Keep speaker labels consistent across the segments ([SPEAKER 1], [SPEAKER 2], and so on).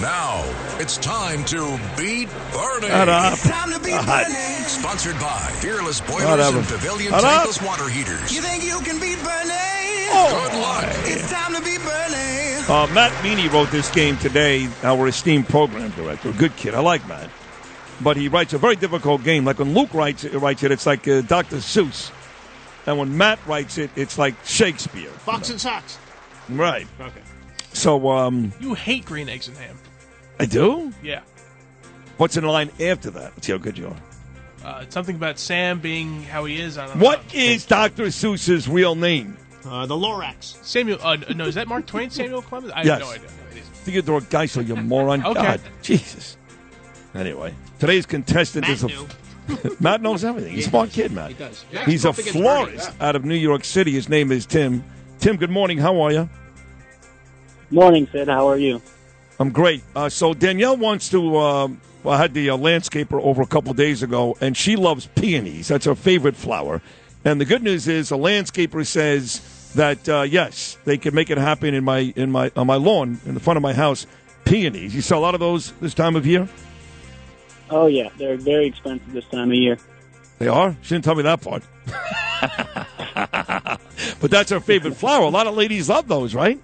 [SPEAKER 1] Now it's time to beat Bernie.
[SPEAKER 2] Shut up.
[SPEAKER 3] It's time to be
[SPEAKER 2] God.
[SPEAKER 3] Bernie.
[SPEAKER 1] Sponsored by Fearless Boilers
[SPEAKER 2] Whatever.
[SPEAKER 1] and Pavilion
[SPEAKER 2] Shut up.
[SPEAKER 1] Tankless Water Heaters.
[SPEAKER 3] You think you can beat Bernie?
[SPEAKER 1] Good luck.
[SPEAKER 3] It's time to be Bernie.
[SPEAKER 2] Uh, Matt Meany wrote this game today, our esteemed program director. Good kid. I like Matt. But he writes a very difficult game. Like when Luke writes it, writes it it's like uh, Dr. Seuss. And when Matt writes it, it's like Shakespeare.
[SPEAKER 4] Fox and socks.
[SPEAKER 2] Right.
[SPEAKER 4] Okay.
[SPEAKER 2] So, um,
[SPEAKER 4] You hate green eggs and ham.
[SPEAKER 2] I do?
[SPEAKER 4] Yeah.
[SPEAKER 2] What's in line after that? Let's see how good you are.
[SPEAKER 4] Uh, it's something about Sam being how he is. I don't know.
[SPEAKER 2] What is Dr. Seuss's real name?
[SPEAKER 4] uh, the Lorax? Samuel. Uh, no, is that Mark Twain? Samuel Clemens? I
[SPEAKER 2] Yes.
[SPEAKER 4] have no idea. No, it isn't.
[SPEAKER 2] Theodore Geisel, you moron.
[SPEAKER 4] Okay.
[SPEAKER 2] God, Jesus. Anyway, today's contestant is a. Matt knows everything. He's a smart kid, Matt. He does. He's a florist out of New York City. His name is Tim. Tim, good morning. How are you?
[SPEAKER 5] Morning, Sid. How are you?
[SPEAKER 2] I'm great. Uh, so Danielle wants to. Uh, I had the uh, landscaper over a couple days ago, and she loves peonies. That's her favorite flower. And the good news is, the landscaper says that uh, yes, they can make it happen in my in my on my lawn in the front of my house. Peonies. You sell a lot of those this time of year.
[SPEAKER 5] Oh yeah, they're very expensive this time of year.
[SPEAKER 2] They are. She didn't tell me that part. but that's her favorite flower. A lot of ladies love those, right?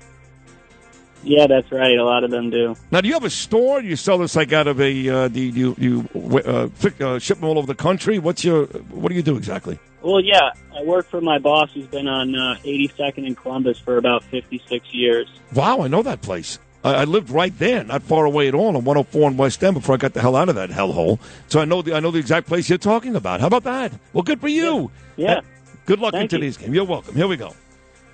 [SPEAKER 5] Yeah, that's right. A lot of them do.
[SPEAKER 2] Now, do you have a store? Do you sell this like out of a? Uh, do you do you uh, fi- uh, ship them all over the country? What's your? What do you do exactly?
[SPEAKER 5] Well, yeah, I work for my boss who's been on uh, 82nd in Columbus for about 56 years.
[SPEAKER 2] Wow, I know that place. I, I lived right there, not far away at all, on 104 in West End before I got the hell out of that hellhole. So I know the I know the exact place you're talking about. How about that? Well, good for you.
[SPEAKER 5] Yeah.
[SPEAKER 2] Uh, good luck
[SPEAKER 5] Thank
[SPEAKER 2] in
[SPEAKER 5] you.
[SPEAKER 2] today's game. You're welcome. Here we go.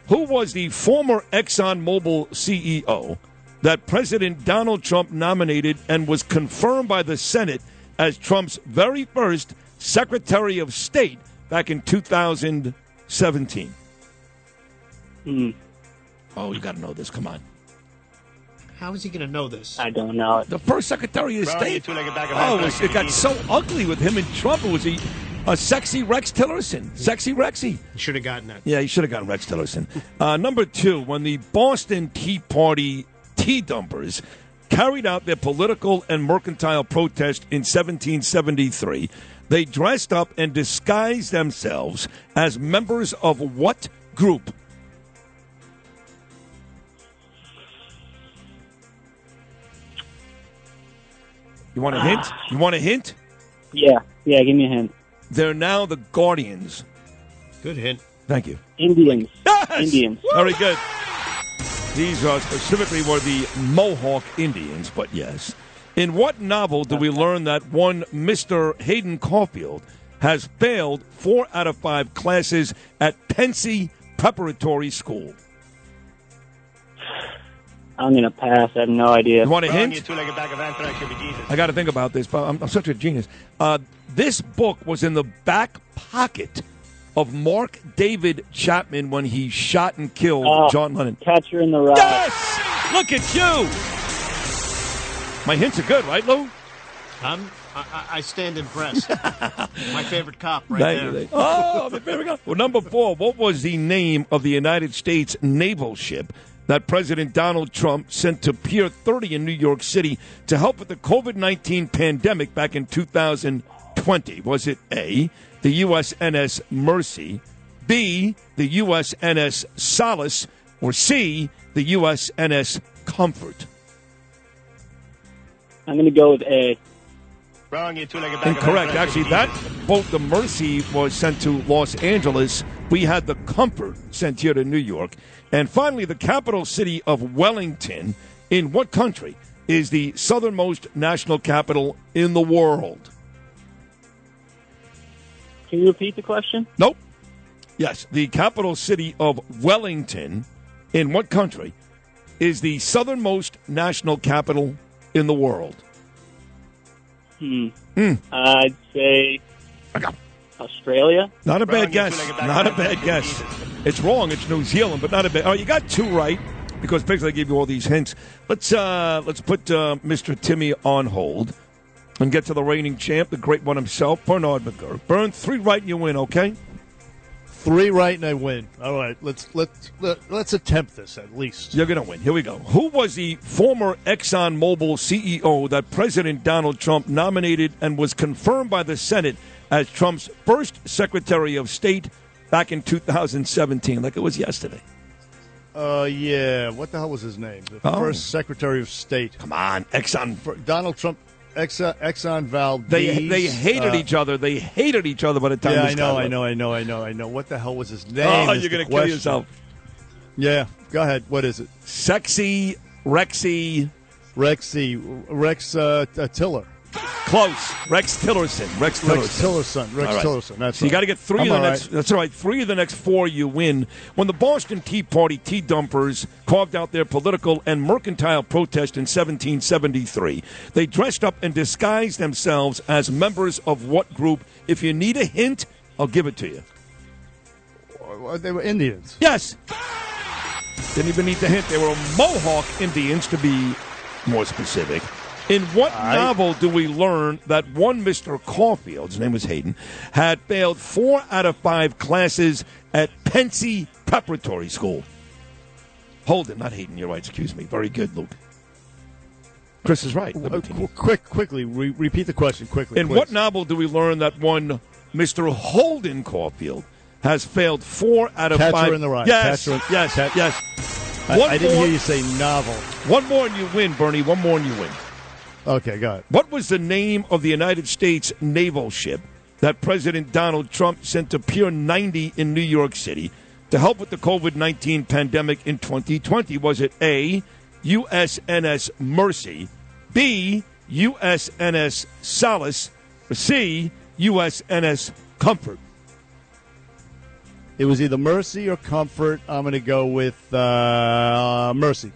[SPEAKER 2] Who was the former ExxonMobil CEO E that President Donald Trump nominated and was confirmed by the Senate as Trump's very first Secretary of State back in 2017?
[SPEAKER 5] Hmm.
[SPEAKER 2] Oh, you got to know this. Come on.
[SPEAKER 4] How is he going to know this?
[SPEAKER 5] I don't know. it.
[SPEAKER 2] The first Secretary of State. Oh, it, was- it got so ugly with him and Trump. It was a, a sexy Rex Tillerson. Sexy Rexy.
[SPEAKER 4] Should have gotten that.
[SPEAKER 2] Yeah, you should have gotten Rex Tillerson. Uh, number two, when the Boston Tea Party tea dumpers carried out their political and mercantile protest in 1773, they dressed up and disguised themselves as members of what group? You want a hint? You want a hint?
[SPEAKER 5] Yeah, yeah. Give me a hint.
[SPEAKER 2] They're now the Guardians.
[SPEAKER 4] Good hint.
[SPEAKER 2] Thank you.
[SPEAKER 5] Indians.
[SPEAKER 2] Yes!
[SPEAKER 5] Indians.
[SPEAKER 2] Very good. These uh, specifically were the Mohawk Indians, but yes. In what novel do we learn that one Mr. Hayden Caulfield has failed four out of five classes at Pensy Preparatory School?
[SPEAKER 5] I'm gonna pass. I have no idea.
[SPEAKER 2] You want a hint? I got to think about this, but I'm, I'm such a genius. Uh, this book was in the back pocket of Mark David Chapman when he shot and killed
[SPEAKER 5] Oh.
[SPEAKER 2] John Lennon.
[SPEAKER 5] Catcher in the Rye.
[SPEAKER 2] Yes! Look at you! My hints are good, right, Lou?
[SPEAKER 6] I'm, I, I I stand impressed. My favorite cop right
[SPEAKER 2] Thank
[SPEAKER 6] there.
[SPEAKER 2] you. Oh, there we go. Well, number four, what was the name of the United States naval ship that President Donald Trump sent to Pier 30 in New York City to help with the COVID 19 pandemic back in 2020? Was it A, the USNS Mercy, B, the USNS Solace, or C, the USNS Comfort?
[SPEAKER 5] I'm gonna go with A.
[SPEAKER 2] Incorrect. Actually, that boat, the Mercy, was sent to Los Angeles. We had the Comfort sent here to New York. And finally, the capital city of Wellington. In what country is the southernmost national capital in the world?
[SPEAKER 5] Can you repeat the question?
[SPEAKER 2] Nope. Yes, the capital city of Wellington. In what country is the southernmost national capital in the world?
[SPEAKER 5] I'd say Australia.
[SPEAKER 2] Not a bad
[SPEAKER 7] Rowan, you
[SPEAKER 2] guess.
[SPEAKER 7] two-legged back
[SPEAKER 2] Not a
[SPEAKER 7] row.
[SPEAKER 2] bad guess. It's wrong. It's New Zealand, but not a bad. Oh, you got two right because basically I gave you all these hints. Let's uh, let's put uh, Mr. Timmy on hold and get to the reigning champ, the great one himself, Bernard McGurk. Burn three right, and you win. Okay.
[SPEAKER 8] Three right and I win. All right, let's let's let, let's attempt this at least.
[SPEAKER 2] You're going to win. Here we go. Who was the former Exxon Mobil CEO that President Donald Trump nominated and was confirmed by the Senate as Trump's first Secretary of State back in 2017, like it was yesterday?
[SPEAKER 8] Uh, yeah. What the hell was his name? The
[SPEAKER 2] Oh.
[SPEAKER 8] first Secretary of State.
[SPEAKER 2] Come on, Exxon.
[SPEAKER 8] For Donald Trump, Exxon, Exxon Valdez.
[SPEAKER 2] They they hated
[SPEAKER 8] uh,
[SPEAKER 2] each other. They hated each other by the time.
[SPEAKER 8] Yeah,
[SPEAKER 2] this
[SPEAKER 8] I know,
[SPEAKER 2] got
[SPEAKER 8] I
[SPEAKER 2] up.
[SPEAKER 8] know, I know, I know, I know. What the hell was his name?
[SPEAKER 2] Oh,
[SPEAKER 8] is
[SPEAKER 2] you're
[SPEAKER 8] the
[SPEAKER 2] gonna kill
[SPEAKER 8] question.
[SPEAKER 2] yourself.
[SPEAKER 8] Yeah, go ahead. What is it?
[SPEAKER 2] Sexy Rexy,
[SPEAKER 8] Rexy, Rex uh, uh, Tiller.
[SPEAKER 2] close. Rex Tillerson. Rex Tillerson.
[SPEAKER 8] Rex Tillerson. Rex
[SPEAKER 2] All right.
[SPEAKER 8] Tillerson. That's
[SPEAKER 2] So you
[SPEAKER 8] right.
[SPEAKER 2] got to get 3
[SPEAKER 8] I'm
[SPEAKER 2] of the
[SPEAKER 8] all right.
[SPEAKER 2] next. That's all right. Three of the next four you win. When the Boston Tea Party tea dumpers carved out their political and mercantile protest in 1773, they dressed up and disguised themselves as members of what group? If you need a hint, I'll give it to you.
[SPEAKER 8] Uh, They were Indians.
[SPEAKER 2] Yes. Didn't even need the hint. They were Mohawk Indians, to be more specific. In what novel do we learn that one Mr. Caulfield, his name was Hayden, had failed four out of five classes at Pensy Preparatory School? Holden, not Hayden, you're right. Excuse me. Very good, Luke. Chris is right.
[SPEAKER 8] Uh, qu- quick, quickly re- repeat the question quickly.
[SPEAKER 2] In
[SPEAKER 8] please.
[SPEAKER 2] what novel do we learn that one Mr. Holden Caulfield has failed four out of
[SPEAKER 8] Catcher
[SPEAKER 2] five?
[SPEAKER 8] in the Rye.
[SPEAKER 2] Yes,
[SPEAKER 8] Catcher in-
[SPEAKER 2] yes,
[SPEAKER 8] Cat-
[SPEAKER 2] yes.
[SPEAKER 8] I,
[SPEAKER 2] one
[SPEAKER 8] I didn't
[SPEAKER 2] more,
[SPEAKER 8] hear you say novel.
[SPEAKER 2] One more and you win, Bernie. One more and you win.
[SPEAKER 8] Okay, got it.
[SPEAKER 2] What was the name of the United States naval ship that President Donald Trump sent to Pier 90 in New York City to help with the COVID 19 pandemic in 2020? Was it A, USNS Mercy, B, USNS Solace, or C, USNS Comfort?
[SPEAKER 8] It was either mercy or comfort. I'm going to go with uh, mercy.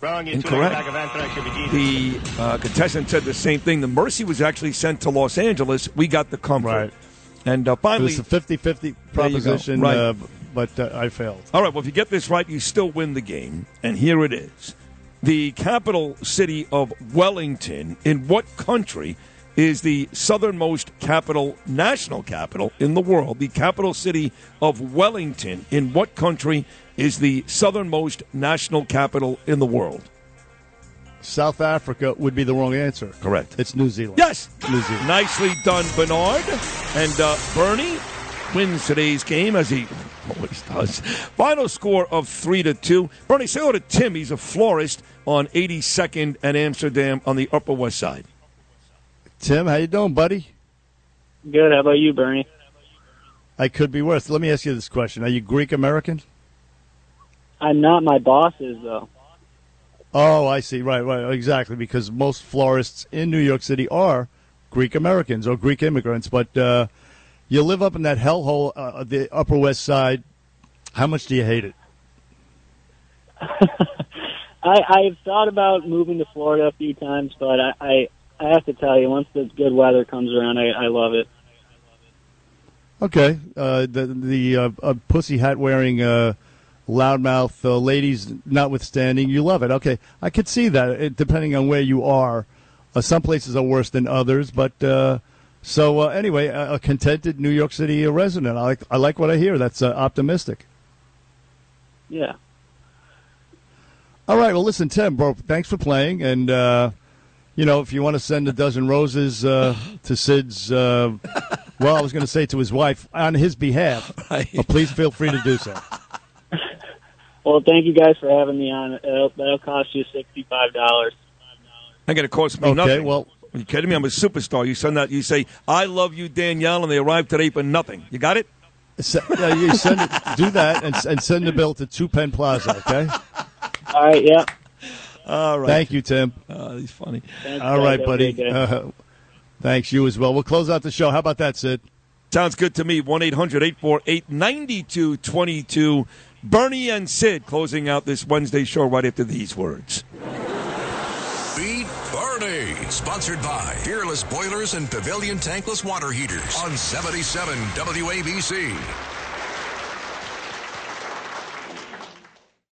[SPEAKER 7] Wrong, you
[SPEAKER 2] Incorrect.
[SPEAKER 7] two-legged back of anthrax, you'll be Jesus.
[SPEAKER 2] The uh, contestant said the same thing. The Mercy was actually sent to Los Angeles. We got the comfort.
[SPEAKER 8] Right.
[SPEAKER 2] And uh,
[SPEAKER 8] It
[SPEAKER 2] finally,
[SPEAKER 8] was a 50-50 proposition,
[SPEAKER 2] Right.
[SPEAKER 8] uh, b- but uh, I failed.
[SPEAKER 2] All right, well, if you get this right, you still win the game. And here it is. The capital city of Wellington, in what country, is the southernmost capital, national capital in the world? The capital city of Wellington, in what country, is the southernmost national capital in the world?
[SPEAKER 8] South Africa would be the wrong answer.
[SPEAKER 2] Correct.
[SPEAKER 8] It's New Zealand.
[SPEAKER 2] Yes!
[SPEAKER 8] New Zealand.
[SPEAKER 2] Nicely done, Bernard. And uh, Bernie wins today's game as he always does. Final score of three to two. Bernie, say hello to Tim. He's a florist on 82nd and Amsterdam on the Upper West Side.
[SPEAKER 8] Tim, how you doing, buddy?
[SPEAKER 5] Good. How about you, Bernie?
[SPEAKER 8] I could be worse. Let me ask you this question: Are you Greek American?
[SPEAKER 5] I'm not my bosses though.
[SPEAKER 8] Oh, I see. Right, right, exactly. Because most florists in New York City are Greek Americans or Greek immigrants. But uh, you live up in that hellhole, uh, the Upper West Side. How much do you hate it?
[SPEAKER 5] I I've thought about moving to Florida a few times, but I I, I have to tell you, once the good weather comes around, I, I love it.
[SPEAKER 8] Okay, uh, the the uh, uh, pussy hat wearing uh, loudmouth uh, ladies, notwithstanding, you love it. Okay, I could see that. It, depending on where you are, uh, some places are worse than others. But uh, so uh, anyway, a, a contented New York City uh, resident. I like I like what I hear. That's uh, optimistic.
[SPEAKER 5] Yeah.
[SPEAKER 8] All right. Well, listen, Tim, bro, thanks for playing. And, uh, you know, if you want to send a dozen roses uh, to Sid's, uh, well, I was going to say to his wife on his behalf,
[SPEAKER 2] Right.
[SPEAKER 8] uh, please feel free to do so.
[SPEAKER 5] Well, thank you guys for having me on. It'll, that'll cost you sixty five dollars.
[SPEAKER 2] Ain't gonna cost me
[SPEAKER 8] Okay,
[SPEAKER 2] nothing.
[SPEAKER 8] well-
[SPEAKER 2] Are you kidding me? I'm a superstar. You send that. You say, "I love you, Danielle," and they arrive today for nothing. You got it?
[SPEAKER 8] Se- yeah, you send it, do that and, and send the bill to Two Penn Plaza, okay?
[SPEAKER 5] All right. Yeah.
[SPEAKER 2] All right.
[SPEAKER 8] Thank you, Tim.
[SPEAKER 2] Uh, he's funny.
[SPEAKER 5] Thanks,
[SPEAKER 8] All
[SPEAKER 5] guys.
[SPEAKER 8] right,
[SPEAKER 5] Have a great
[SPEAKER 8] buddy.
[SPEAKER 5] day.
[SPEAKER 8] Uh, thanks, you as well. We'll close out the show. How about that, Sid?
[SPEAKER 2] Sounds good to me. 1 800 848 9222. Bernie and Sid closing out this Wednesday show right after these words.
[SPEAKER 1] Beat Bernie. Sponsored by Fearless Boilers and Pavilion Tankless Water Heaters on 77 WABC.